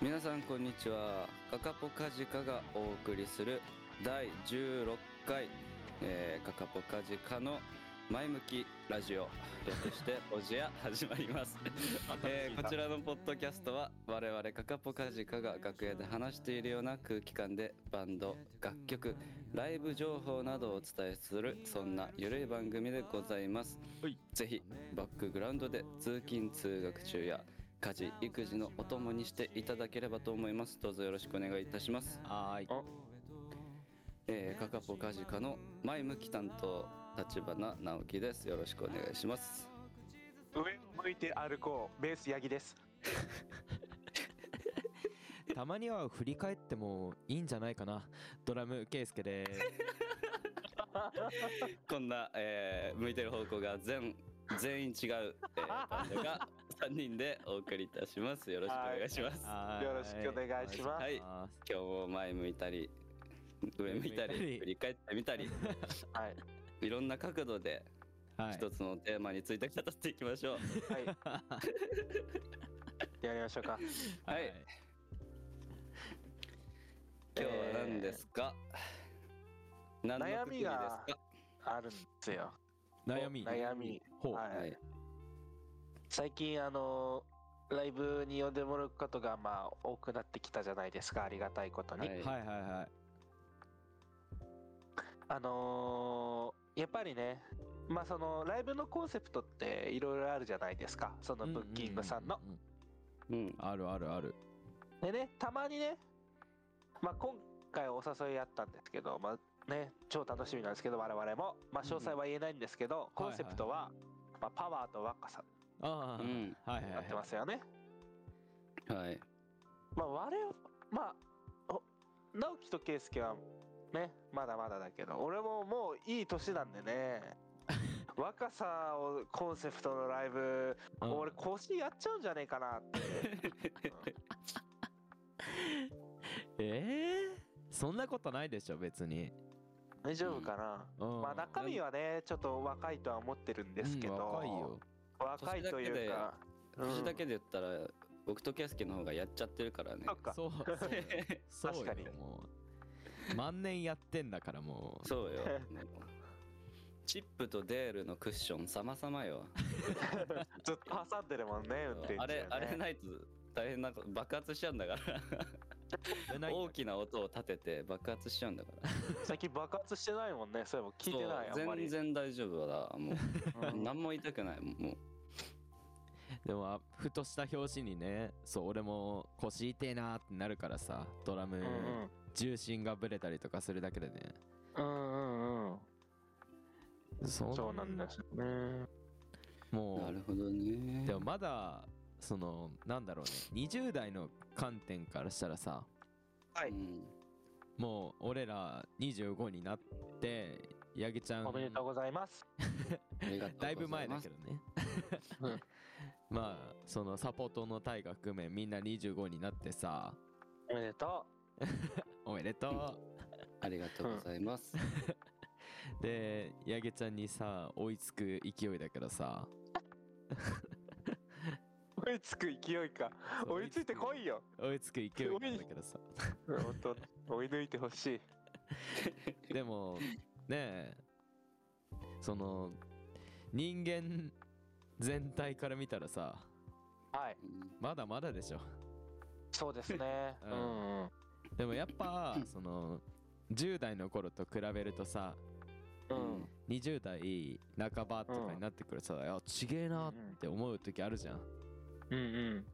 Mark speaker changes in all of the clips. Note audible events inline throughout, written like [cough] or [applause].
Speaker 1: 皆さんこんにちはカカポカジカがお送りする第16回、えー、カカポカジカの前向きラジオ略して「おじや」始まります、えーこちらのポッドキャストは我々カカポカジカが楽屋で話しているような空気感でバンド楽曲ライブ情報などをお伝えするそんなゆるい番組でございます
Speaker 2: はい
Speaker 1: ぜひバックグラウンドで通勤通学中や家事育児のお供にしていただければと思いますどうぞよろしくお願いいたします
Speaker 2: はーい。
Speaker 1: えー、カカポカジカの前向き担当立花直樹ですよろしくお願いします
Speaker 3: 上向いて歩こうベースヤギです
Speaker 4: たまには振り返ってもいいんじゃないかなドラムケイスケで
Speaker 3: [laughs]
Speaker 1: こんな、えー向いてる方向が
Speaker 4: [laughs]
Speaker 1: 全全員違う、えーバンドが3人でお送りいたしますよろしくお願いします
Speaker 4: す
Speaker 1: 今
Speaker 4: はー
Speaker 3: よろしくお願いします
Speaker 1: は
Speaker 4: はいい
Speaker 1: 日も前向いたり上向いた
Speaker 4: 上向いた
Speaker 1: り
Speaker 4: り
Speaker 1: 振り返ってみた
Speaker 4: [laughs]
Speaker 1: り
Speaker 3: はい
Speaker 1: いろんな角度で
Speaker 4: はい
Speaker 1: 一つのテーマについて語っていきましょう、
Speaker 3: はいやりましょうか [laughs]
Speaker 1: はい今日は何ですか、何の
Speaker 3: 悩
Speaker 1: 国
Speaker 3: み
Speaker 1: です
Speaker 3: が
Speaker 1: か
Speaker 3: あるんですよ
Speaker 4: 悩み
Speaker 3: 悩み
Speaker 4: ほう
Speaker 3: はい、
Speaker 1: はい
Speaker 3: 最近あのライブに呼んでもらうことがまあ多くなってきたじゃないですかありがたいことに、
Speaker 1: はい
Speaker 4: はいはいは
Speaker 3: あのーやっぱりねまあそのライブのコンセプトっていろいろあるじゃないですかその
Speaker 4: い
Speaker 3: ブッキングさんの
Speaker 4: うううう
Speaker 1: うん
Speaker 4: あるあるある
Speaker 3: でねたまにねまあ今回お誘いあったんですけどまあね超楽しみなんですけど我々もまあ詳細は言えないんですけど、コンセプトは、まあ、パワーと若さ
Speaker 4: ああ
Speaker 1: うん
Speaker 4: はいはい
Speaker 3: になって
Speaker 4: は
Speaker 3: ますよね、
Speaker 1: はい
Speaker 3: まあ我々まあお直樹と圭介はねまだまだだけど俺ももういい年なんで [laughs] ね若さをコンセプトのライブ、
Speaker 4: い
Speaker 3: 俺腰やっちゃうんじゃねえかな [laughs] って
Speaker 4: うんええそんなことないでしょ別に
Speaker 3: 大丈夫かな、
Speaker 4: うん
Speaker 3: まあ中身はねちょっと若いとは思ってるんですけど、
Speaker 4: うん若いよ
Speaker 3: 若いというか
Speaker 1: 年だ
Speaker 3: うん
Speaker 1: けで言ったら僕と圭介の方がやっちゃってるからね
Speaker 3: そっか
Speaker 4: そうそうそうよ
Speaker 3: 確かに
Speaker 4: もう万年やってんだからも
Speaker 3: [laughs]
Speaker 4: う
Speaker 1: そうよチップとデールのクッション様々よ
Speaker 3: [laughs] ずっと挟んでるもんね運転中ね
Speaker 1: あれあれないと大変なこと爆発しちゃうんだから
Speaker 4: 危ない
Speaker 1: 大きな音を立てて爆発しちゃうんだから
Speaker 3: 最近爆発してないもんねそういえば聞いてない
Speaker 1: そう
Speaker 3: あんまり
Speaker 1: 全然大丈夫だもう
Speaker 3: うん
Speaker 1: 何も痛くないもう
Speaker 4: でもあふとした表紙にねそう俺も腰痛えなーってなるからさドラム、
Speaker 3: うんうん
Speaker 4: 重心がぶれたりとかするだけでね
Speaker 3: うんうんうん
Speaker 4: そ
Speaker 3: そうなんですよね
Speaker 1: な
Speaker 4: も
Speaker 1: る
Speaker 4: う
Speaker 1: ほどね
Speaker 4: でもまだそのなんだろうね20代の観点からしたらさ
Speaker 3: はい
Speaker 1: うん
Speaker 4: もう俺ら25になって八木ちゃん
Speaker 3: おめでとうございます
Speaker 1: ありがとうござます
Speaker 4: だいぶ前だけどね
Speaker 3: うん
Speaker 4: [laughs] まあそのサポートの大学含めみんな25になってさ
Speaker 3: おめでと
Speaker 4: おめでと
Speaker 1: ありがとうございます
Speaker 4: うで八木ちゃんにさ追いつく勢いだけどさ
Speaker 3: う追いつく勢いか [laughs] 追いついてこいよ
Speaker 4: 追いつく勢いなんだけどさ
Speaker 3: 本当追い抜いてほしい
Speaker 4: でもねえその人間全体から見たらさ
Speaker 3: はい
Speaker 1: うん
Speaker 4: まだまだでしょ
Speaker 3: そうですねう
Speaker 4: うん
Speaker 3: んうん
Speaker 4: でもやっぱその10代の頃と比べるとさ
Speaker 3: うん
Speaker 4: 20代半ばとかになってくるとさ、いやちげえなって思う時あるじゃん
Speaker 3: うんう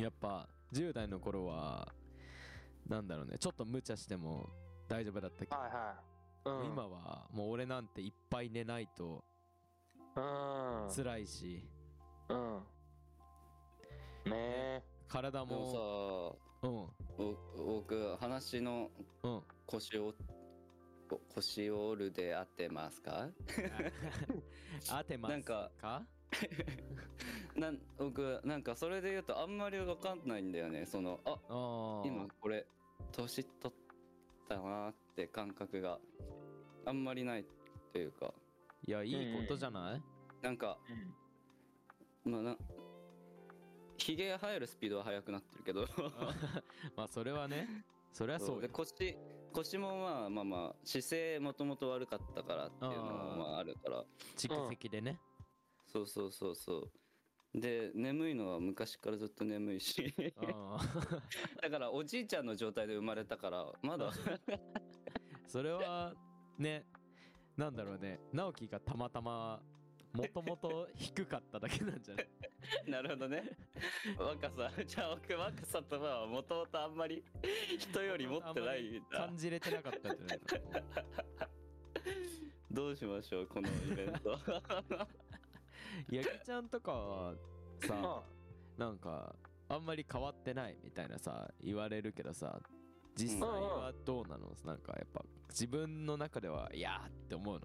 Speaker 3: ん
Speaker 4: やっぱ10代の頃はなんだろうねちょっと無茶しても大丈夫だったけど、
Speaker 3: はいはいうん
Speaker 4: 今はもう俺なんていっぱい寝ないと辛いし
Speaker 3: うんうんねえ
Speaker 4: 体
Speaker 1: で
Speaker 4: も
Speaker 1: もさぼ僕話の
Speaker 4: うんうん
Speaker 1: 腰をこ腰を折るで合ってますか
Speaker 4: 当てます
Speaker 1: なんか
Speaker 4: か
Speaker 1: なん僕なんかそれで言うとあんまり分かんないんだよねそのあ
Speaker 4: ああ
Speaker 1: 今これ年取ったなーって感覚があんまりないっていうか
Speaker 4: いやいいことじゃない、
Speaker 1: なんか
Speaker 3: うん
Speaker 1: まあなひげ生えるスピードは速くなってるけど
Speaker 4: [laughs] まあそれはね
Speaker 1: [laughs]
Speaker 4: それはそう
Speaker 1: で
Speaker 4: よ
Speaker 1: 腰腰もまあまあまあ姿勢もともと悪かったからっていうのもまああるから
Speaker 4: 蓄積でね
Speaker 1: そうそうそうそうで眠いのは昔からずっと眠いし
Speaker 4: あー
Speaker 1: [laughs] だからおじいちゃんの状態で生まれたからまだ
Speaker 4: [laughs] それはねなんだろうね直樹がたまたまもともと低かっただけなんじゃない
Speaker 1: [laughs] なるほどね若さじゃあ僕若さとはもともとあんまり人より持ってないんだ
Speaker 4: 感じれてなかったんじゃないの
Speaker 1: どうしましょうこのイベント
Speaker 4: 八木ちゃんとかはさ
Speaker 3: あ
Speaker 4: なんかあんまり変わってないみたいなさ言われるけどさ実際はどうなのなんかやっぱ自分の中ではいやーって思う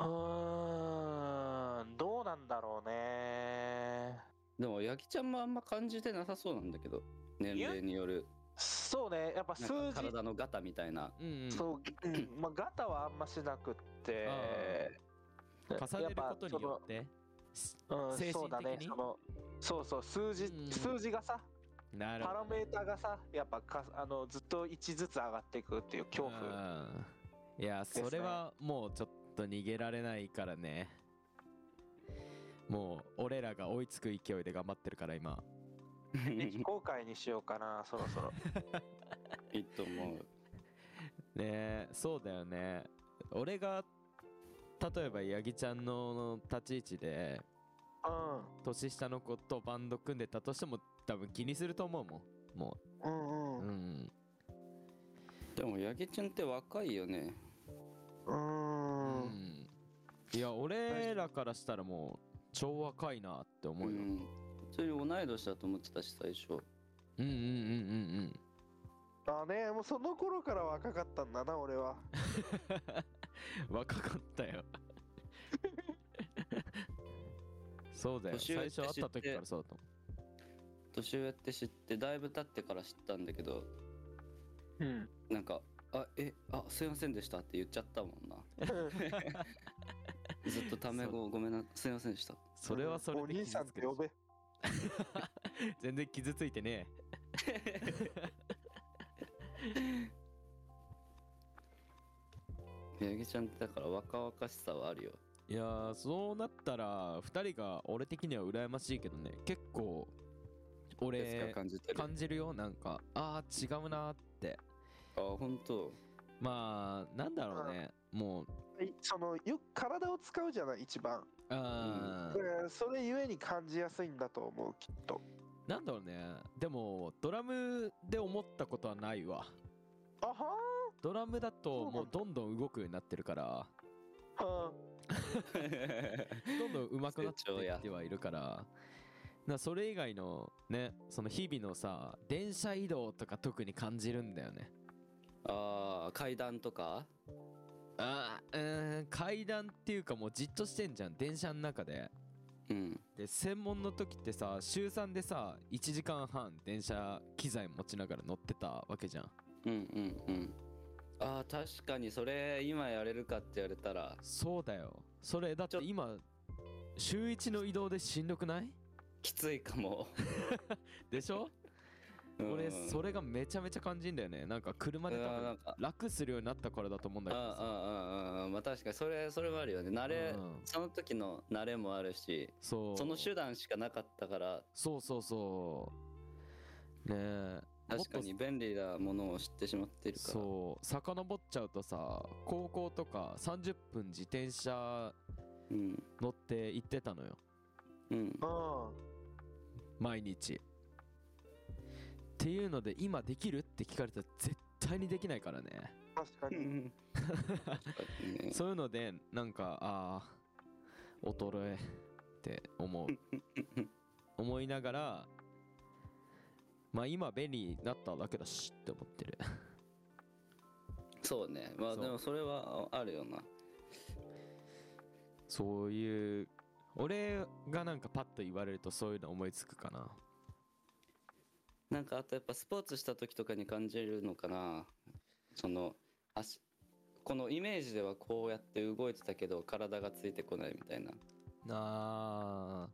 Speaker 4: の
Speaker 3: うーんどうなんだろうね
Speaker 1: [laughs] でもヤギちゃんもあんま感じてなさそうなんだけど年齢による
Speaker 3: そうねやっぱ数
Speaker 1: なんか
Speaker 3: 字
Speaker 1: 体のガタみたいな
Speaker 4: うん、うん、
Speaker 3: そう、うんまあ、ガタはあんましなくって
Speaker 4: 重ねることによって
Speaker 3: うん、
Speaker 4: 精神
Speaker 3: そう
Speaker 4: 的に
Speaker 3: だねそのそうそう数字、
Speaker 4: うん
Speaker 3: 数字がさ
Speaker 4: なる
Speaker 3: パ
Speaker 4: ほど
Speaker 3: ラメーターがさやっぱかあのずっと1ずつ上がっていくっていう恐怖
Speaker 4: うんいや
Speaker 3: ね
Speaker 4: それはもうちょっと逃げられないからねもう俺らが追いつく勢いで頑張ってるから今
Speaker 3: 非公開にしようかなそろそ
Speaker 4: [laughs]
Speaker 3: ろ
Speaker 1: [laughs] いいと思う
Speaker 4: ねえそうだよね俺が例えば八木ちゃんの立ち位置で年下の子とバンド組んでたとしても多分気にすると思うもんも
Speaker 3: うんうん
Speaker 4: う、うん、
Speaker 1: でもヤギちゃんって若いよね
Speaker 3: うんうん、
Speaker 4: うんいや俺らからしたらもう超若いなって思うよ、
Speaker 1: ん、普通に同い年だと思ってたし最初
Speaker 4: うんうんうんうんうん
Speaker 3: あねもうその頃から若かったんだな俺は
Speaker 4: 若かったよそうだよ
Speaker 1: 年上っ
Speaker 4: 最
Speaker 1: て
Speaker 4: 初会
Speaker 1: 知っ
Speaker 4: った時
Speaker 1: て
Speaker 4: からそうだと思
Speaker 1: 年上って知ってだいぶ経ってから知ったんだけど
Speaker 3: うん
Speaker 1: なんか「あえあすいませんでした」って言っちゃったもんなずっとタメ語ごめんなすいませんでした
Speaker 4: うそれはそれ
Speaker 3: お
Speaker 4: で
Speaker 3: 兄さんって呼べ
Speaker 4: 全然傷ついてね
Speaker 1: ヤギちゃんってだから若々しさはあるよ
Speaker 4: えいやーそうなったら2人が俺的には羨ましいけどね結構
Speaker 1: ですか
Speaker 4: 俺
Speaker 1: 感じ
Speaker 3: [laughs]
Speaker 1: てるあ
Speaker 4: 感じるよなんかあー違うなーって
Speaker 1: 本当 [laughs]
Speaker 4: まあなんだろうねもう
Speaker 3: いそのよく体を使うじゃない一番
Speaker 4: あ
Speaker 3: だからそれゆえに感じやすいんだと思うきっと
Speaker 4: ーなんだろうねでもドラムで思ったことはないわ
Speaker 3: あは
Speaker 4: ドラムだ
Speaker 3: そうな
Speaker 4: と
Speaker 3: んだ
Speaker 4: もうどんどん動くようになってるから
Speaker 3: ーは
Speaker 4: どんどん上手くなって
Speaker 1: 成長
Speaker 4: い
Speaker 1: や
Speaker 4: ってはいるから。なそれ以外のねその日々のさ電車移動とか特に感じるんだよね
Speaker 1: あー階段とか
Speaker 4: あーうーん階段っていうかもうじっとしてんじゃん電車の中で
Speaker 1: うん
Speaker 4: で専門の時ってさ週3でさ1時間半電車機材持ちながら乗ってたわけじゃん
Speaker 1: うんうんうんあー確かにそれ今やれるかって言われたら
Speaker 4: そうだよそれだって
Speaker 1: ちょ
Speaker 4: 今週1の移動でしんどくない
Speaker 1: きついかも
Speaker 4: でしょ俺
Speaker 1: うん
Speaker 4: それがめちゃめちゃ感じんだよねなんか車で多
Speaker 1: うわな
Speaker 4: 分
Speaker 1: んか
Speaker 4: 楽するようになったからだと思うんだ
Speaker 1: あ
Speaker 4: けどさ
Speaker 1: あああああまあ確かにそれそれもあるよね慣れ、
Speaker 4: うん
Speaker 1: その時の慣れもあるし
Speaker 4: そう
Speaker 1: その手段しかなかったから
Speaker 4: そうそうそうねえもっ
Speaker 1: 確
Speaker 4: と
Speaker 1: かに便利なものを知ってしまっているから
Speaker 4: そう遡っちゃうとさ高校とか30分自転車
Speaker 1: うん
Speaker 4: 乗って行ってたのよ
Speaker 1: うん
Speaker 3: あ
Speaker 4: 毎日っていうので今できるって聞かれたら絶対にできないからね
Speaker 3: うん確かに
Speaker 1: 確かにね
Speaker 4: そういうのでなんかああ衰えって思う思いながらまあ今便利になっただけだしって思ってる
Speaker 1: [laughs] そうねまあ
Speaker 4: そう
Speaker 1: でもそれはあるよな
Speaker 4: そういう俺がなんかパッと言われるとそういうの思いつくかな
Speaker 1: なんかあとやっぱスポーツした時とかに感じるのかなその足このイメージではこうやって動いてたけど体がついてこないみたいな
Speaker 4: あ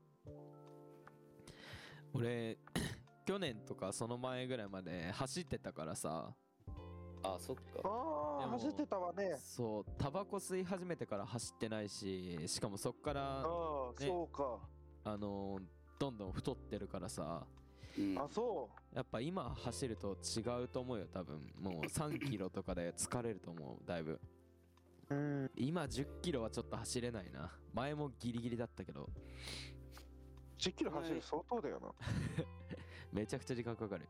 Speaker 4: 俺 [coughs] 去年とかその前ぐらいまで走ってたからさ
Speaker 1: あそっか
Speaker 3: ああ
Speaker 4: でも
Speaker 3: 走ってたわね
Speaker 4: そうタバコ吸い始めてから走ってないししかもそっか
Speaker 3: あ
Speaker 4: ら
Speaker 3: あ、
Speaker 4: ね
Speaker 3: そうか
Speaker 4: あのーどんどん太ってるからさ
Speaker 1: うん
Speaker 3: あそ
Speaker 4: やっぱ今走ると違うと思うよ多分もう3キロとかで疲れると思うだいぶ
Speaker 3: ううん
Speaker 4: 今1 0キロはちょっと走れないな前もギリギリだったけど
Speaker 3: 10キロ走
Speaker 1: は
Speaker 3: る
Speaker 1: い
Speaker 3: 相当だよな
Speaker 4: めちゃくちゃ時間かかる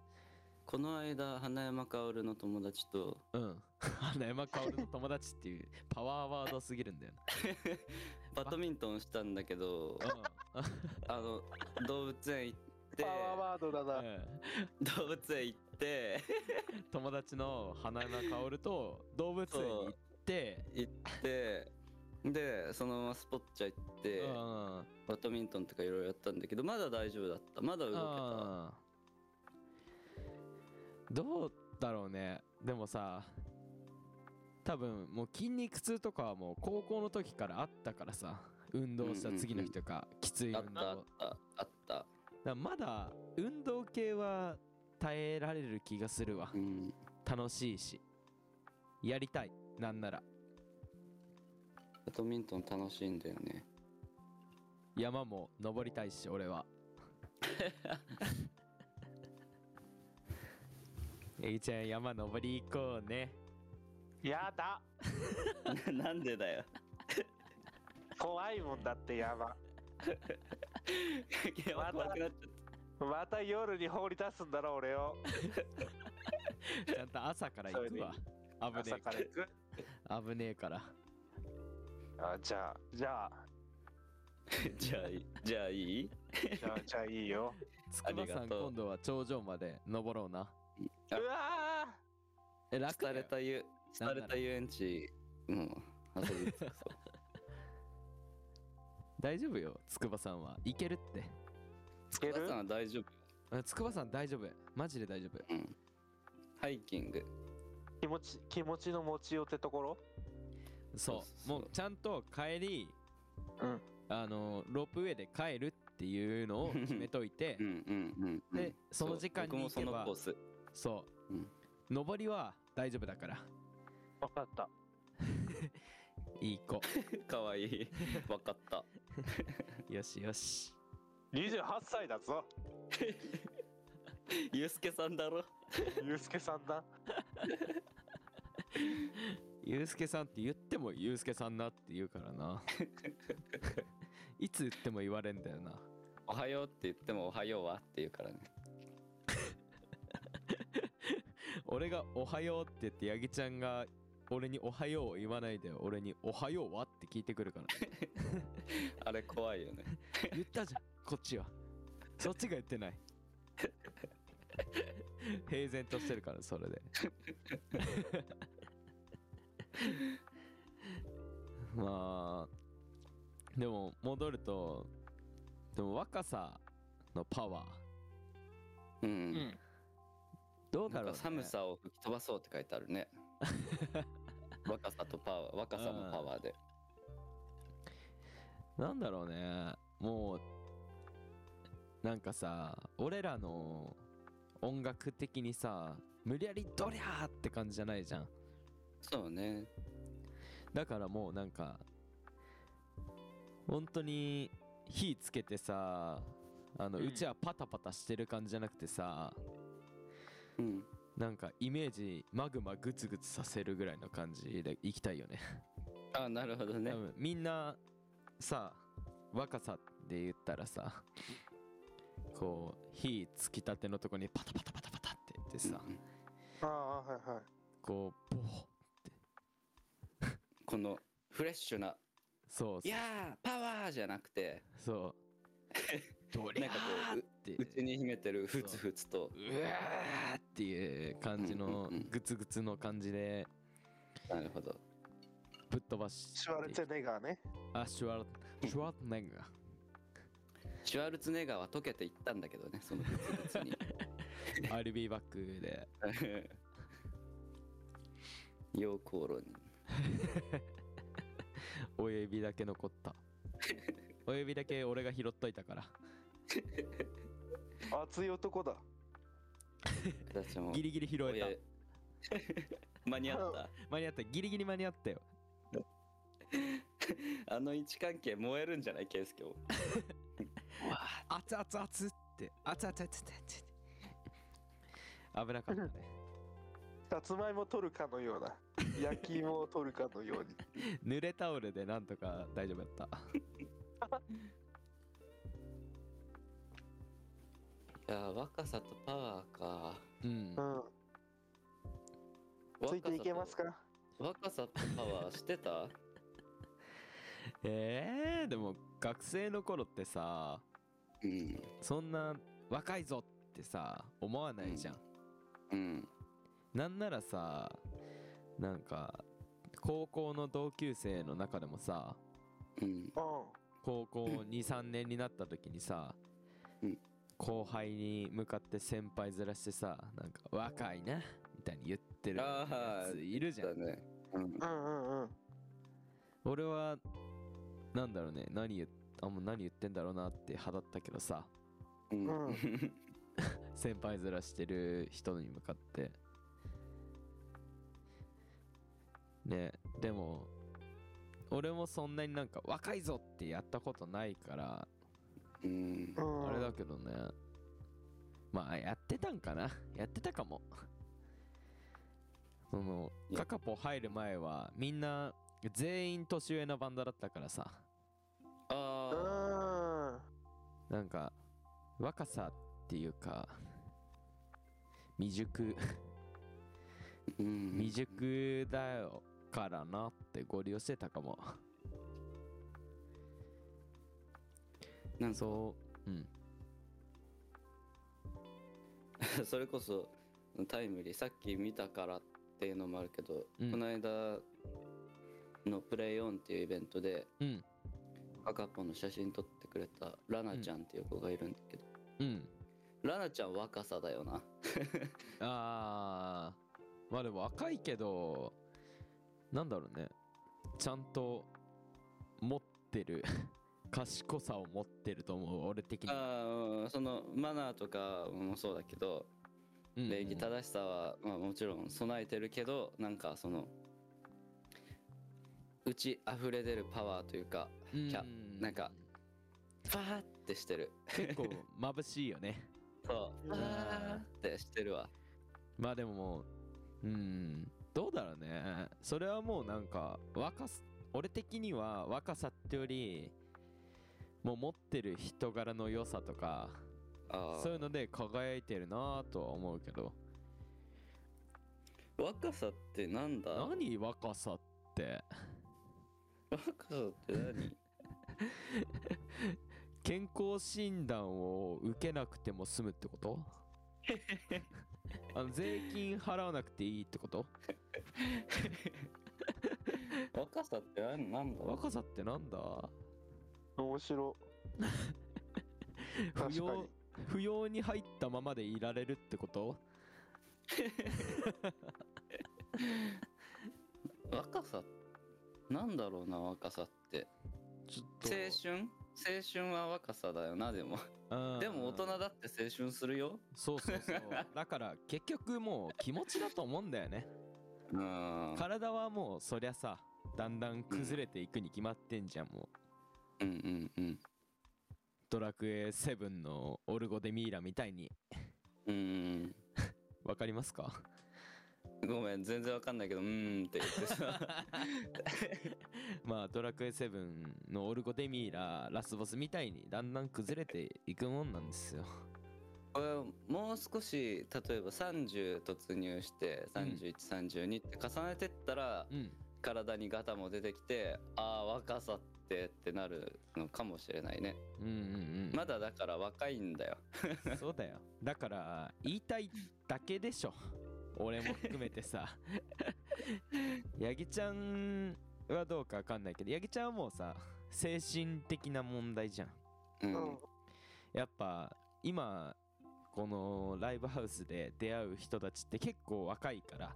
Speaker 1: この間花山薫の友達と
Speaker 4: うん [laughs] 花山薫の友達っていうパワーワードすぎるんだよ
Speaker 1: バドミントンしたんだけど
Speaker 4: な、
Speaker 1: あの動物園行って
Speaker 3: パワーワードだ
Speaker 4: う
Speaker 3: なん
Speaker 4: うん
Speaker 1: 動物園行って
Speaker 4: 友達の花山薫と動物園に行って
Speaker 1: 行ってでそのままスポッチャ行って、
Speaker 4: うんうん
Speaker 1: バドミントンとかいろいろやったんだけどまだ大丈夫だったまだ動けた
Speaker 4: どうだろうねでもさ多分もう筋肉痛とかはもう高校の時からあったからさ運動した次の日とかきつい運動
Speaker 1: あったあったあった
Speaker 4: だからまだ運動系は耐えられる気がするわ
Speaker 1: うん
Speaker 4: 楽しいしやりたいなんなら
Speaker 1: バドミントン楽しいんだよね
Speaker 4: 山も登りたいし俺はえぎちゃん山登り行こうね
Speaker 3: やだ
Speaker 1: [laughs] なんでだよ
Speaker 3: 怖いもんだって山
Speaker 1: [laughs] いや
Speaker 3: また
Speaker 1: 怖くなっちゃっ
Speaker 3: また夜に放り出すんだろ俺を
Speaker 4: ちゃんと朝から行くわ危ね
Speaker 3: 朝から行く
Speaker 4: え危ねえから
Speaker 3: あじゃあじゃあ
Speaker 1: たじゃあいいじゃあいい
Speaker 3: じゃあじゃあいいよ
Speaker 4: 筑波
Speaker 1: あり
Speaker 4: 山
Speaker 1: がとう
Speaker 4: 今度は頂上まで登ろうな
Speaker 3: う
Speaker 1: あ
Speaker 3: わー
Speaker 4: え楽だ
Speaker 1: 廃
Speaker 4: よ
Speaker 1: れた遊廃れた遊園地もう遊びに行くぞ
Speaker 4: 大丈夫よ筑波山は行けるって
Speaker 3: つけ
Speaker 1: お母
Speaker 3: る
Speaker 1: さんは大丈夫
Speaker 4: うん筑波山大丈夫マジで大丈夫
Speaker 1: うんハイキング
Speaker 3: 気持ち気持ちの持ちようってところ
Speaker 4: そ
Speaker 1: そうそう
Speaker 4: う
Speaker 1: そう
Speaker 4: もうちゃんと帰り、
Speaker 3: うん
Speaker 4: あのロープウェイで帰るっていうのを決めといて
Speaker 1: うんうんうん
Speaker 4: でその時間に行けば
Speaker 1: 僕もそのコース
Speaker 4: そう、
Speaker 1: うん
Speaker 4: 上りは大丈夫だから
Speaker 3: 分かった
Speaker 4: いい子
Speaker 1: かわい [laughs] いわかった
Speaker 4: [laughs] よしよし
Speaker 3: 28歳だぞ
Speaker 1: ゆうすけさんだろ
Speaker 3: ゆうすけさんだ
Speaker 4: ゆうすけさんって言ってもゆうすけさんなって言うからないつ言っても言われんだよな
Speaker 1: おはようって言ってもおはようはって言うからね
Speaker 4: 俺が「おはよう」って言って八木ちゃんが俺に「おはよう」を言わないで俺に「おはようは?」って聞いてくるから
Speaker 1: あれ怖いよね
Speaker 4: 言ったじゃんこっちはそっちが言ってない平然としてるからそれで [laughs] まあでも戻るとでも若さのパワ
Speaker 1: う
Speaker 4: ー
Speaker 1: ん、
Speaker 3: うん
Speaker 4: どう
Speaker 1: な
Speaker 4: だ
Speaker 1: ん
Speaker 4: ろう、ね、
Speaker 1: か寒さを吹き飛ばそうって書いてある
Speaker 4: [laughs]
Speaker 1: ね若さとパワー若さもパワーで
Speaker 4: なんだろうねもうなんかさ俺らの音楽的にさ無理やりドリャーって感じじゃないじゃん
Speaker 1: そうね
Speaker 4: だからもうなんか本当に火つけてさあの、
Speaker 3: う
Speaker 4: うんちはパタパタしてる感じじゃなくてさ
Speaker 1: うん
Speaker 4: なんかイメージマグマグツグツさせるぐらいの感じでいきたいよね
Speaker 1: あなるほどね
Speaker 4: 多分みんなさ若さで言ったらさこう火つきたてのとこにパタパタパタパタってやってさ、
Speaker 1: うん
Speaker 3: ああはいはい
Speaker 4: こうボー
Speaker 1: このフレッシュな
Speaker 4: そう
Speaker 1: 「いやーパワー!」じゃなくて [laughs]
Speaker 4: そうドリ
Speaker 1: な
Speaker 4: ャ
Speaker 1: んかこ
Speaker 4: ー
Speaker 1: う
Speaker 4: って
Speaker 1: うちに秘めてるふつふつと
Speaker 4: うわーっていう感じの
Speaker 1: うんうんうん
Speaker 4: グツグツの感じで
Speaker 1: なるほど
Speaker 4: ぶっ飛ばして
Speaker 3: シュワルツェネッガーね
Speaker 4: あシュワルシュワルツェネッガー
Speaker 1: シュワルツェネッガーは溶けていったんだけどねそのふつふつ
Speaker 4: [laughs]
Speaker 1: に
Speaker 4: I'll be back で
Speaker 1: 溶鉱炉に
Speaker 4: 親指だけ残った親指だけ俺が拾っといたから
Speaker 3: 熱い男だ。
Speaker 1: だってもう
Speaker 4: ギリギリ拾えた
Speaker 1: おや [laughs] 間に合っ
Speaker 4: 間に合ったギリギリ間に合ったよ
Speaker 1: たあの位置関係燃えるんじゃない圭介も
Speaker 4: 熱々熱って熱々熱々熱々危なかったね
Speaker 3: さつまいも取るかのような。焼き芋を取るかのように。
Speaker 4: 濡れタオルでなんとか大丈夫だった
Speaker 1: いやー若さとパワーか
Speaker 4: うん
Speaker 3: [laughs] うん。ついていけますか
Speaker 1: 若さとパワーしてた
Speaker 4: えー、でも学生の頃ってさ
Speaker 1: うん
Speaker 4: そんな若いぞってさ思わないじゃん、
Speaker 1: うん
Speaker 4: なんならさなんか高校の同級生の中でもさ
Speaker 1: うん
Speaker 3: う
Speaker 4: 高校23年になった時にさ、
Speaker 1: うん
Speaker 4: 後輩に向かって先輩ずらしてさなんか若いなみたいに言ってるや
Speaker 1: あー
Speaker 4: ついるじゃ
Speaker 1: だ
Speaker 4: ん
Speaker 1: ねうん
Speaker 3: ん。うんうんうん。
Speaker 4: 俺はなんだろうね何言っあもう何言ってんだろうなって派だったけどさ
Speaker 1: うん
Speaker 3: うん
Speaker 4: 先輩ずらしてる人に向かってねでも俺もそんなになんか若いぞってやったことないから
Speaker 1: うん
Speaker 3: うん、
Speaker 4: あれだけどねまあやってたんかなやってたかもその
Speaker 1: いや
Speaker 4: カカポ入る前はみんな全員年上のバンドだったからさ
Speaker 1: あ
Speaker 3: うん
Speaker 4: なんか若さっていうか未熟
Speaker 1: ーうん
Speaker 4: 未熟だよからなってご利用してたかも
Speaker 1: なんか
Speaker 4: そううん
Speaker 1: [laughs] それこそタイムリーさっき見たからっていうのもあるけど、
Speaker 4: うん
Speaker 1: この間のプレイオンっていうイベントで
Speaker 4: うん
Speaker 1: 赤っぽの写真撮ってくれたラナちゃんっていう子がいるんだけど、
Speaker 4: うん
Speaker 1: ラナちゃん若さだよな
Speaker 4: あーまあでも若いけどなんだろうねちゃんと持ってる [laughs] 賢さを持ってると思う俺的に
Speaker 1: あーうんそのマナーとかもそうだけど
Speaker 4: うん
Speaker 1: 礼儀正しさは、まあ、もちろん備えてるけどなんかそのうち溢れ出るパワーというか
Speaker 4: うん
Speaker 1: キャなんかパーってしてる
Speaker 4: 結構眩しいよね
Speaker 1: そうパーってしてるわ
Speaker 4: まあでももう、うん、どうだろうね。それはもうなんか、若す、俺的には若さってより、もう持ってる人柄の良さとか、
Speaker 1: あー
Speaker 4: そういうので輝いてるなぁとは思うけど、
Speaker 1: 若さってなんだ若
Speaker 4: 何若さって、
Speaker 1: さって何
Speaker 4: 健康診断を受けなくても済むってこと
Speaker 3: [laughs]
Speaker 4: あの税金払わなくていいってこと
Speaker 1: 若さって何なんだ
Speaker 4: 若さってなんだ
Speaker 3: 面白 [laughs] 確
Speaker 4: 不
Speaker 3: か
Speaker 4: 要
Speaker 3: に
Speaker 4: 不要に入ったままでいられるってこと
Speaker 1: 若さなんだろうな若さって
Speaker 4: ちょっ
Speaker 1: 青春青春は若さだよなでも
Speaker 4: うん
Speaker 1: でも大人だって青春するよ
Speaker 4: そうそう
Speaker 1: [laughs]
Speaker 4: そうだから結局もう気持ちだと思うんだよね
Speaker 1: うん
Speaker 4: 体はもうそりゃさだんだん崩れていくに決まってんじゃんもう
Speaker 1: うんうんうん
Speaker 4: ドラクエ7のオルゴ・デ・ミイラみたいに
Speaker 1: うん
Speaker 4: わかりま
Speaker 1: [laughs]
Speaker 4: すか
Speaker 1: ごめん全然わかんないけどうーんって言ってさ
Speaker 4: まあドラクエ7のオルゴ・デ・ミイララスボスみたいにだんだん崩れていくもんなんですよ
Speaker 1: これもう少し例えば30突入して3132って重ねてったら
Speaker 4: うん
Speaker 1: 体にガタも出てきてああ若さってってなるのかもしれないね
Speaker 4: うんうんうん
Speaker 1: まだだから若いんだよ
Speaker 4: [laughs] そうだよだから言いたいだけでしょ俺も含めてさ [laughs] 八木ちゃんはどうかわかんないけど八木ちゃんはもうさ精神的な問題じゃん
Speaker 1: うん
Speaker 3: い。
Speaker 4: やっぱ今このライブハウスで出会う人たちって結構若いから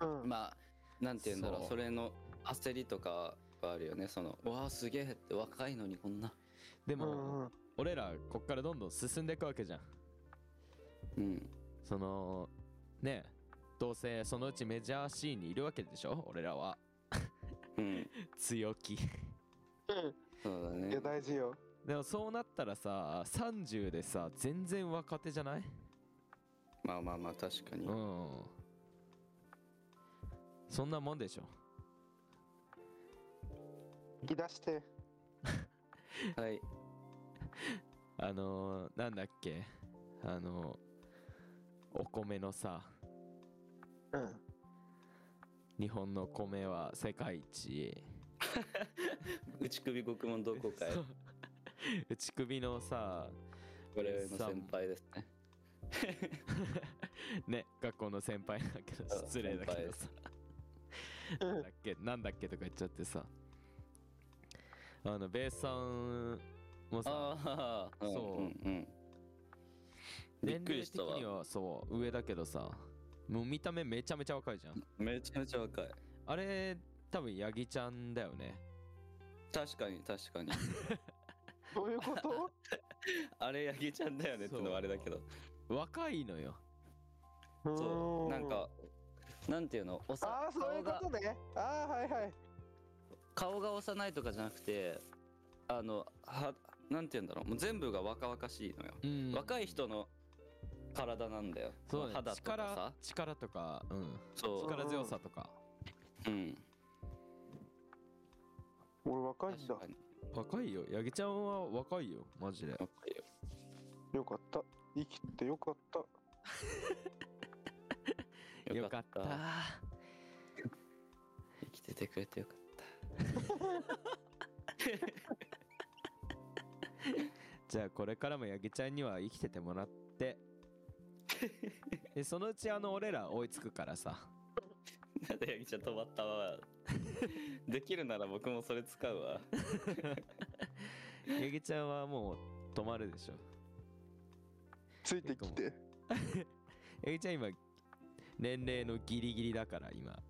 Speaker 3: うん。うん。
Speaker 1: まあなんて言うんだろう
Speaker 4: そ
Speaker 1: そうれの焦りとかはあるよねその「わあすげえ」って若いのにこんな
Speaker 4: で
Speaker 3: うん
Speaker 4: も
Speaker 3: うん
Speaker 4: 俺らこっからどんどん進んでいくわけじゃん
Speaker 1: うん
Speaker 4: そのねどうせそのうちメジャーシーンにいるわけでしょ俺らは
Speaker 1: うん
Speaker 4: 強気
Speaker 1: そうだ
Speaker 3: いや
Speaker 1: ね
Speaker 3: 大事よ
Speaker 4: でもそうなったらさ30でさ全然若手じゃない
Speaker 1: まあまあまあ確かに
Speaker 4: うんそんなもんでしょ
Speaker 3: 引き出して
Speaker 1: はい
Speaker 4: あのー、なんだっけあのー、お米のさ
Speaker 3: うん
Speaker 4: 日本の米は世界一
Speaker 1: 内首獄門同好会
Speaker 4: そう [laughs] 内首のさ
Speaker 1: 我々の先輩ですね
Speaker 4: ね学校の先輩だけど
Speaker 1: そう
Speaker 4: 失礼だけどさ
Speaker 3: うん
Speaker 4: なんだっけなんだっけとか言っちゃってさあのベースさんもさ
Speaker 1: ああ
Speaker 4: そう
Speaker 1: う
Speaker 4: ん
Speaker 1: んうん、びっ
Speaker 4: 年
Speaker 1: く
Speaker 4: 齢
Speaker 1: りし
Speaker 4: 的
Speaker 1: た
Speaker 4: に
Speaker 1: わ
Speaker 4: はそう上だけどさもう見た目めちゃめちゃ若いじゃん
Speaker 1: めちゃめちゃ若い
Speaker 4: あれ多分ヤギちゃんだよね
Speaker 1: 確かに確かに
Speaker 3: どういうこと
Speaker 1: [laughs] あれヤギちゃんだよねってのはあれだけど
Speaker 4: 若いのよ
Speaker 1: そう
Speaker 3: ー
Speaker 1: なんかなんていうのおさ
Speaker 3: ああそういうことねああはいはい
Speaker 1: 顔が幼いとかじゃなくてあのはなんて言うんだろうもう全部が若々しいのよ、
Speaker 4: うん
Speaker 1: 若い人の体なんだよ
Speaker 4: そうね
Speaker 1: 肌とか
Speaker 4: 力
Speaker 1: さ
Speaker 4: 力とか、うん、
Speaker 1: そ
Speaker 4: 力強さとか
Speaker 1: う、うん、
Speaker 3: 俺若い
Speaker 1: 確
Speaker 3: んだ
Speaker 1: かに
Speaker 4: 若いよヤギちゃんは若いよマジで
Speaker 1: 若いよ
Speaker 3: よかった生きてよかった
Speaker 4: よかった
Speaker 1: 生きててくれてよかった
Speaker 4: じゃあこれからもヤギちゃんには生きててもらって
Speaker 1: [laughs]
Speaker 4: でそのうちあの俺ら追いつくからさ
Speaker 1: なんでヤギちゃん止まったわ。できるなら僕もそれ使うわ。
Speaker 4: ヤギちゃんはもう止まるでしょ
Speaker 3: ついてきて
Speaker 4: ヤギちゃん今年齢のギリギリだから今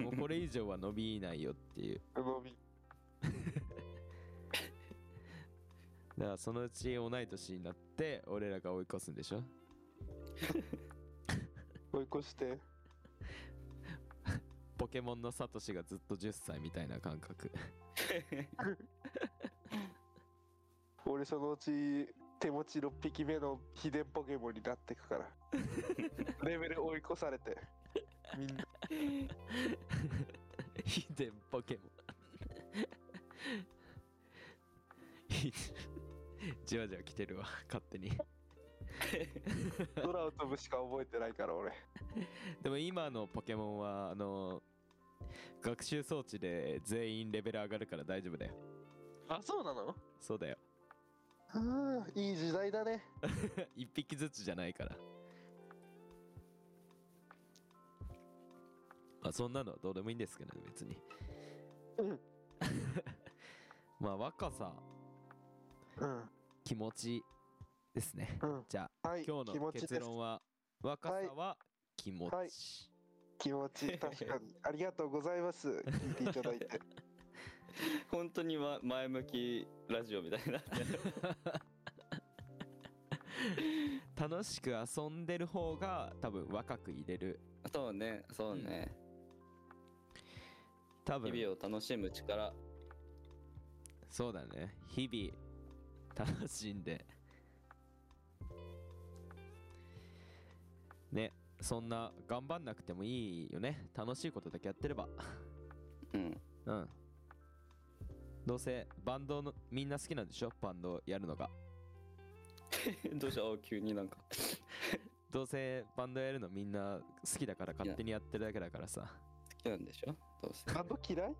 Speaker 1: [laughs]
Speaker 4: もうこれ以上は伸びないよっていう
Speaker 3: 伸び
Speaker 4: だからそのうち同い年になって俺らが追い越すんでしょ
Speaker 3: 追い越して
Speaker 4: ポケモンのサトシがずっと10歳みたいな感覚
Speaker 3: 俺そのうち手持ち6匹目の秘伝ポケモンになってくからレベル追い越されてみんな
Speaker 4: 秘伝ポケモン秘じわじわ来てるわ勝手に
Speaker 3: 空を飛ぶしか覚えてないから俺
Speaker 4: でも今のポケモンはあの学習装置で全員レベル上がるから大丈夫だよ
Speaker 3: あそうなの
Speaker 4: そうだよ
Speaker 3: うんいい時代だね
Speaker 4: 一匹ずつじゃないからまあそんなのはどうでもいいんですけどね別に
Speaker 3: うん
Speaker 4: [laughs] まあ若さ
Speaker 3: うん
Speaker 4: 気持ちですね
Speaker 3: うん
Speaker 4: じゃあ
Speaker 3: はい
Speaker 4: 今日
Speaker 3: 気
Speaker 4: の
Speaker 3: 持ち
Speaker 4: 結
Speaker 3: です
Speaker 4: 論は若さは気持ち、
Speaker 3: はい気持ち確かにありがとうございます聞いていただいて
Speaker 1: 本当にま前向きラジオみたいになってる。
Speaker 4: [laughs] 楽しく遊んでる方が多分若くいれる
Speaker 1: そうね、そうね。
Speaker 4: 多分
Speaker 1: 日々を楽しむ力。
Speaker 4: そうだね日々楽しんでねそんな頑張んなくてもいいよね楽しいことだけやってれば
Speaker 1: うん。
Speaker 4: うんどうせバンドのみんな好きなんでしょバンドやるのが
Speaker 1: どうしよう、急になんか。
Speaker 4: どうせバンドやるのみんな好きだから勝手にやってるだけだからさ
Speaker 1: 好きなんでしょどうせ。
Speaker 3: バンド嫌い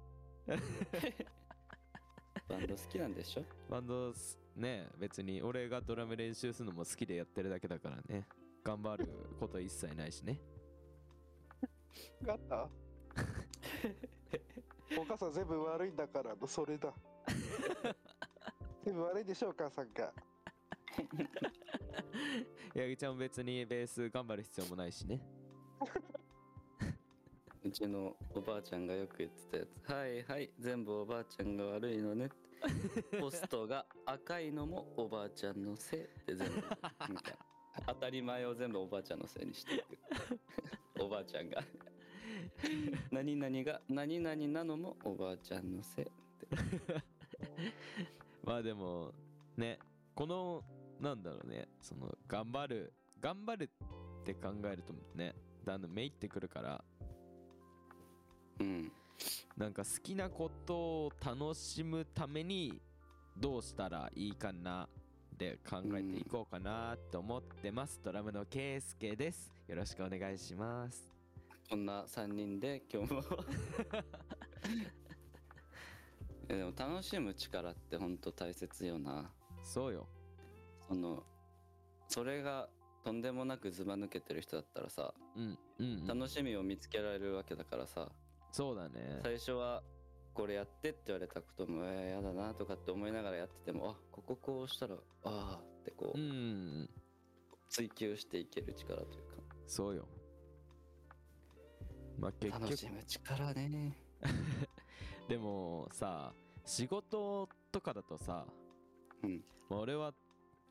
Speaker 1: バンド好きなんでしょ
Speaker 4: バンドすね別に俺がドラム練習するのも好きでやってるだけだからね頑張ること一切ないしね
Speaker 3: があ [laughs] ったお母さん全部悪いんだからのそれだ全部悪いでしょお母さんが
Speaker 4: 八木ちゃんも別にベース頑張る必要もないしね
Speaker 1: うちのおばあちゃんがよく言ってたやつ。はいはい、全部おばあちゃんが悪いのねって。ポストが赤いのもおばあちゃんのせいで全部なんか当たり前を全部おばあちゃんのせいにしていくおばあちゃんが何々が何々なのもおばあちゃんのせい
Speaker 4: まあでもねこのなんだろうねその頑張る頑張るって考えるとねだんだんめいってくるから
Speaker 1: うん
Speaker 4: なんか好きなことを楽しむためにどうしたらいいかなで考えていこうかなと思ってます、ドラムのケイスケですよろしくお願いします
Speaker 1: こんな3人で今日もえでも楽しむ力ってほんと大切よな
Speaker 4: そうよ
Speaker 1: そのそれがとんでもなくずば抜けてる人だったらさ
Speaker 4: うんうん、うん、
Speaker 1: 楽しみを見つけられるわけだからさ
Speaker 4: そうだね
Speaker 1: 最初はこれやってって言われたこともえー、やだなとかって思いながらやっててもあこここうしたらああってこ
Speaker 4: う
Speaker 1: うん追求していける力というか
Speaker 4: そうよまあ結
Speaker 1: 楽
Speaker 4: 局
Speaker 1: しむ力ね
Speaker 4: でもさ仕事とかだとさ、
Speaker 1: うん
Speaker 4: まあ、俺は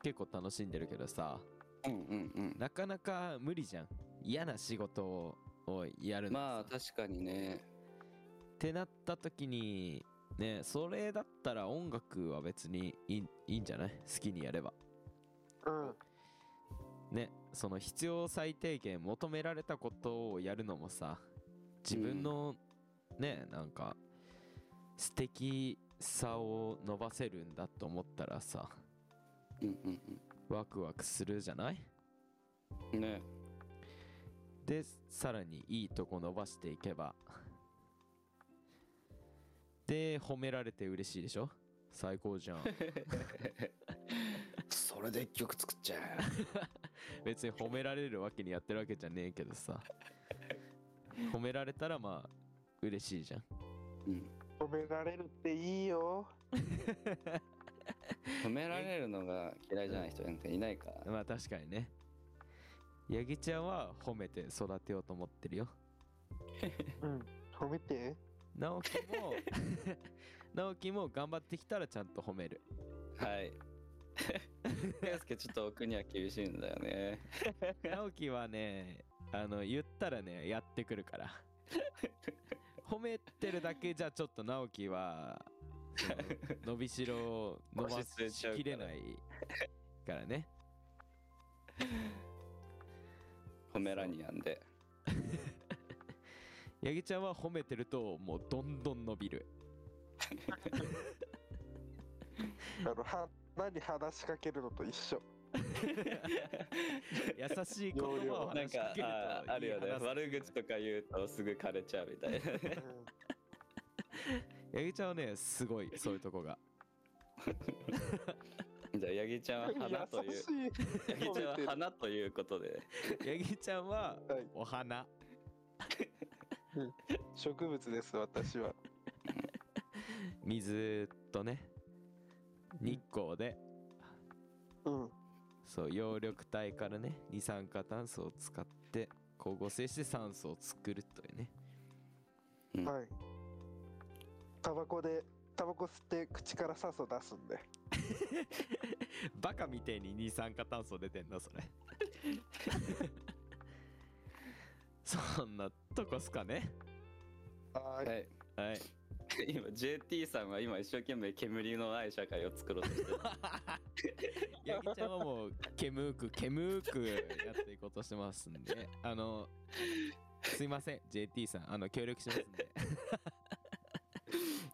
Speaker 4: 結構楽しんでるけどさ
Speaker 1: うんうん
Speaker 4: なかなか無理じゃん嫌な仕事ををや
Speaker 1: う
Speaker 4: る
Speaker 1: ん
Speaker 4: の
Speaker 1: ま
Speaker 4: さ
Speaker 1: あ確かにね
Speaker 4: ってなった時にねそれだったら音楽は別にいいいいんじゃない好きにやれば
Speaker 3: うん
Speaker 4: ねその必要最低限求められたことをやるのもさ自分の、ねなんか素敵さを伸ばせるんだと思ったらさ
Speaker 1: うんうん
Speaker 4: ワクワクするじゃない
Speaker 1: うん
Speaker 4: [laughs]
Speaker 1: ね
Speaker 4: でさらにいいとこ伸ばしていけばで褒められて嬉しいでしょ最高じゃん
Speaker 1: それで一曲作っちゃ
Speaker 4: 別に褒められるわけにやってるわけじゃねえけどさ褒められたらまあ嬉しいじゃん
Speaker 1: う、うん、
Speaker 3: 褒められるっていいよ
Speaker 1: 褒められるのが嫌いじゃない人なんていないから
Speaker 4: まあ確かにねヤギちゃんは褒めて育てようと思ってるよ
Speaker 3: うん褒めて
Speaker 4: 直樹
Speaker 1: [laughs]
Speaker 4: も直樹も頑張ってきたらちゃんと褒める [laughs]
Speaker 1: はい。すけちょっと奥には厳しいんだよね。
Speaker 4: 直樹はねあの言ったらねやってくるから褒めてるだけじゃちょっと直樹はその伸びしろを伸ばし
Speaker 1: 押し付けちゃうから
Speaker 4: きれないからね
Speaker 1: ポメラニアンで。
Speaker 4: ヤギちゃんは褒めてるともうどんどん伸びる
Speaker 3: あのは何話しかけるのと一緒
Speaker 4: 優しい言葉を
Speaker 1: なん
Speaker 4: 話し
Speaker 1: か
Speaker 4: かける
Speaker 1: あ
Speaker 4: と
Speaker 1: あるよね
Speaker 4: いい話す
Speaker 1: 悪口とか言うとすぐ枯れちゃうみたい
Speaker 4: [laughs]
Speaker 1: な
Speaker 4: ヤギちゃんはねすごいそういうとこが
Speaker 1: じゃあヤギちゃんは花という
Speaker 3: 優しい
Speaker 1: ヤギちゃんは
Speaker 3: 褒めてる
Speaker 1: 花ということで
Speaker 4: ヤギちゃんは
Speaker 3: はい
Speaker 4: お花
Speaker 3: 植物です私は
Speaker 4: 水とね日光で
Speaker 3: うん
Speaker 4: そう葉緑体からね二酸化炭素を使って光合成して酸素を作るというね
Speaker 3: はいタバコでタバコ吸って口から酸素出すんで
Speaker 4: バカみてえに二酸化炭素出てんだそ
Speaker 3: [laughs]
Speaker 4: れそんなとこっすかね
Speaker 3: は
Speaker 1: はい
Speaker 4: はい
Speaker 1: 今 JT さんは今一生懸命煙のない社会を作ろうとして
Speaker 4: [laughs]
Speaker 1: る
Speaker 4: ヤギちゃんはもう煙く煙くやっていこうとしてますんであのすいません JT さんあの協力します
Speaker 1: [laughs]
Speaker 4: んで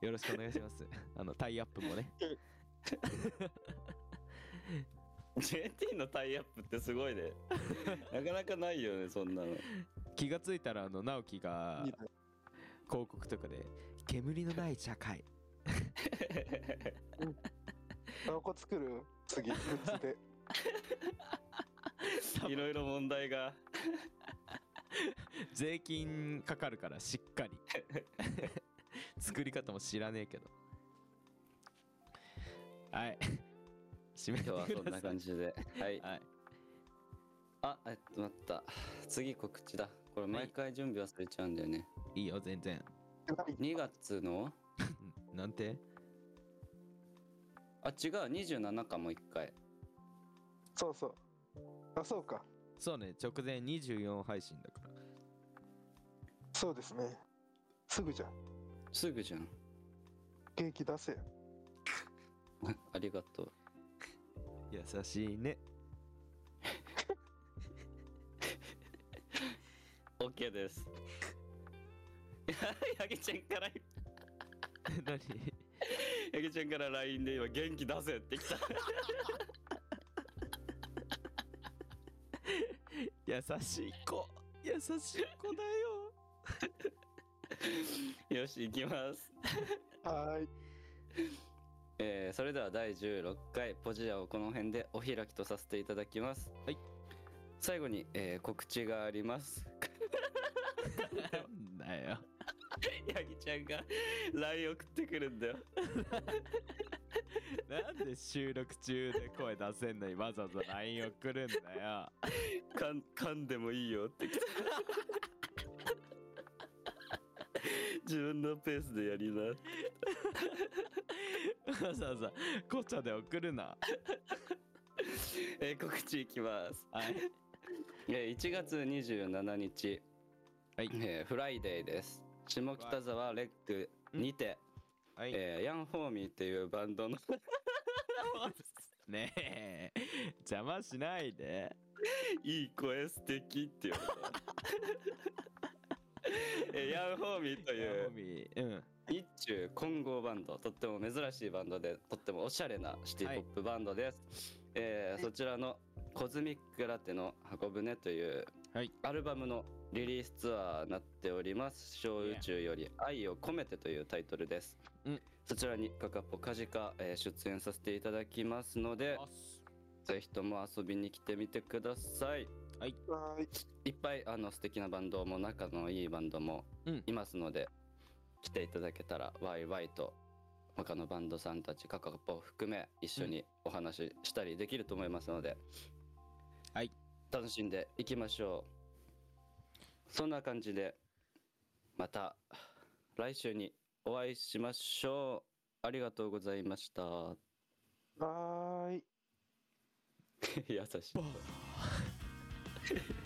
Speaker 4: よろしくお願いしますあのタイアップもね
Speaker 1: JT のタイアップってすごいねなかなかないよねそんな
Speaker 4: [laughs]
Speaker 1: の
Speaker 4: 気がついたらあの直樹が
Speaker 3: いいね
Speaker 4: 広告とかで「煙のない社会
Speaker 3: タバコ作る次うち [laughs] で
Speaker 1: いろいろ問題が」
Speaker 4: 税金かかるからしっかり [laughs] 作り方も知らねえけどはい締めて
Speaker 1: 今日はそん
Speaker 4: くだ
Speaker 1: な
Speaker 4: さい
Speaker 1: 感じではい
Speaker 4: はい
Speaker 1: あ、えっと、待った。次告知だ。これ毎回準備忘れちゃうんだよね。
Speaker 4: いいよ全然
Speaker 1: 2月の
Speaker 4: なんて
Speaker 1: あ違う27かもう一回
Speaker 3: そうそうあそうか
Speaker 4: そうね直前24配信だから
Speaker 3: そうですねすぐじゃん
Speaker 1: すぐじゃん [laughs]
Speaker 3: 元気出せよ
Speaker 1: ありがとう
Speaker 4: 優しいね
Speaker 1: OK です [laughs] ヤギちゃんから
Speaker 4: [laughs] 何
Speaker 1: ヤギちゃんから LINE で今元気出せってきた [laughs]
Speaker 4: 優しい子優しい子だよ
Speaker 1: よし行きます
Speaker 3: はーい
Speaker 1: えーそれでは第16回ポジアをこの辺でお開きとさせていただきます。
Speaker 4: はい。
Speaker 1: 最後に、えー告知があります。
Speaker 4: なんだよ
Speaker 1: [laughs] ヤギちゃんが LINE 送ってくるんだよ。
Speaker 4: なんで収録中で声出せんのにわざわざ LINE 送るんだよ
Speaker 1: かん噛んでもいいよって来た。
Speaker 4: [laughs]
Speaker 1: 自分のペースでやりな。
Speaker 4: わざわざコチャで送るな
Speaker 1: えー告知いきます。
Speaker 4: はい
Speaker 1: えー1月27日、
Speaker 4: はい
Speaker 1: えーフライデーです。下北沢レックにて、
Speaker 4: はい、
Speaker 1: えーヤンホーミーっていうバンドの [laughs]
Speaker 4: ねえ邪魔しないで
Speaker 1: いい声素敵って言わ
Speaker 4: [laughs]
Speaker 1: れた。えヤンホーミーとい
Speaker 4: ヤ
Speaker 1: う
Speaker 4: ホミうん
Speaker 1: 日中混合バンドとっても珍しいバンドでとってもおしゃれなシティポップバンドです、えーそちらの「コズミックラテの箱舟」という
Speaker 4: はい
Speaker 1: アルバムのリリースツアーになっております「小宇宙より愛を込めて」というタイトルです、
Speaker 4: うん
Speaker 1: そちらにカカポカジカ、えー出演させていただきますのでぜひとも遊びに来てみてください
Speaker 3: はー
Speaker 1: い
Speaker 3: い
Speaker 1: っぱいあの素敵なバンドも仲のいいバンドも
Speaker 4: うん
Speaker 1: いますので、来ていただけたらワイワイと他のバンドさんたちカカポを含め一緒にお話ししたりできると思いますので、
Speaker 4: はい
Speaker 1: 楽しんでいきましょうそんな感じでまた来週にお会いしましょうありがとうございました [laughs]
Speaker 3: はーい
Speaker 1: 優しい
Speaker 4: バー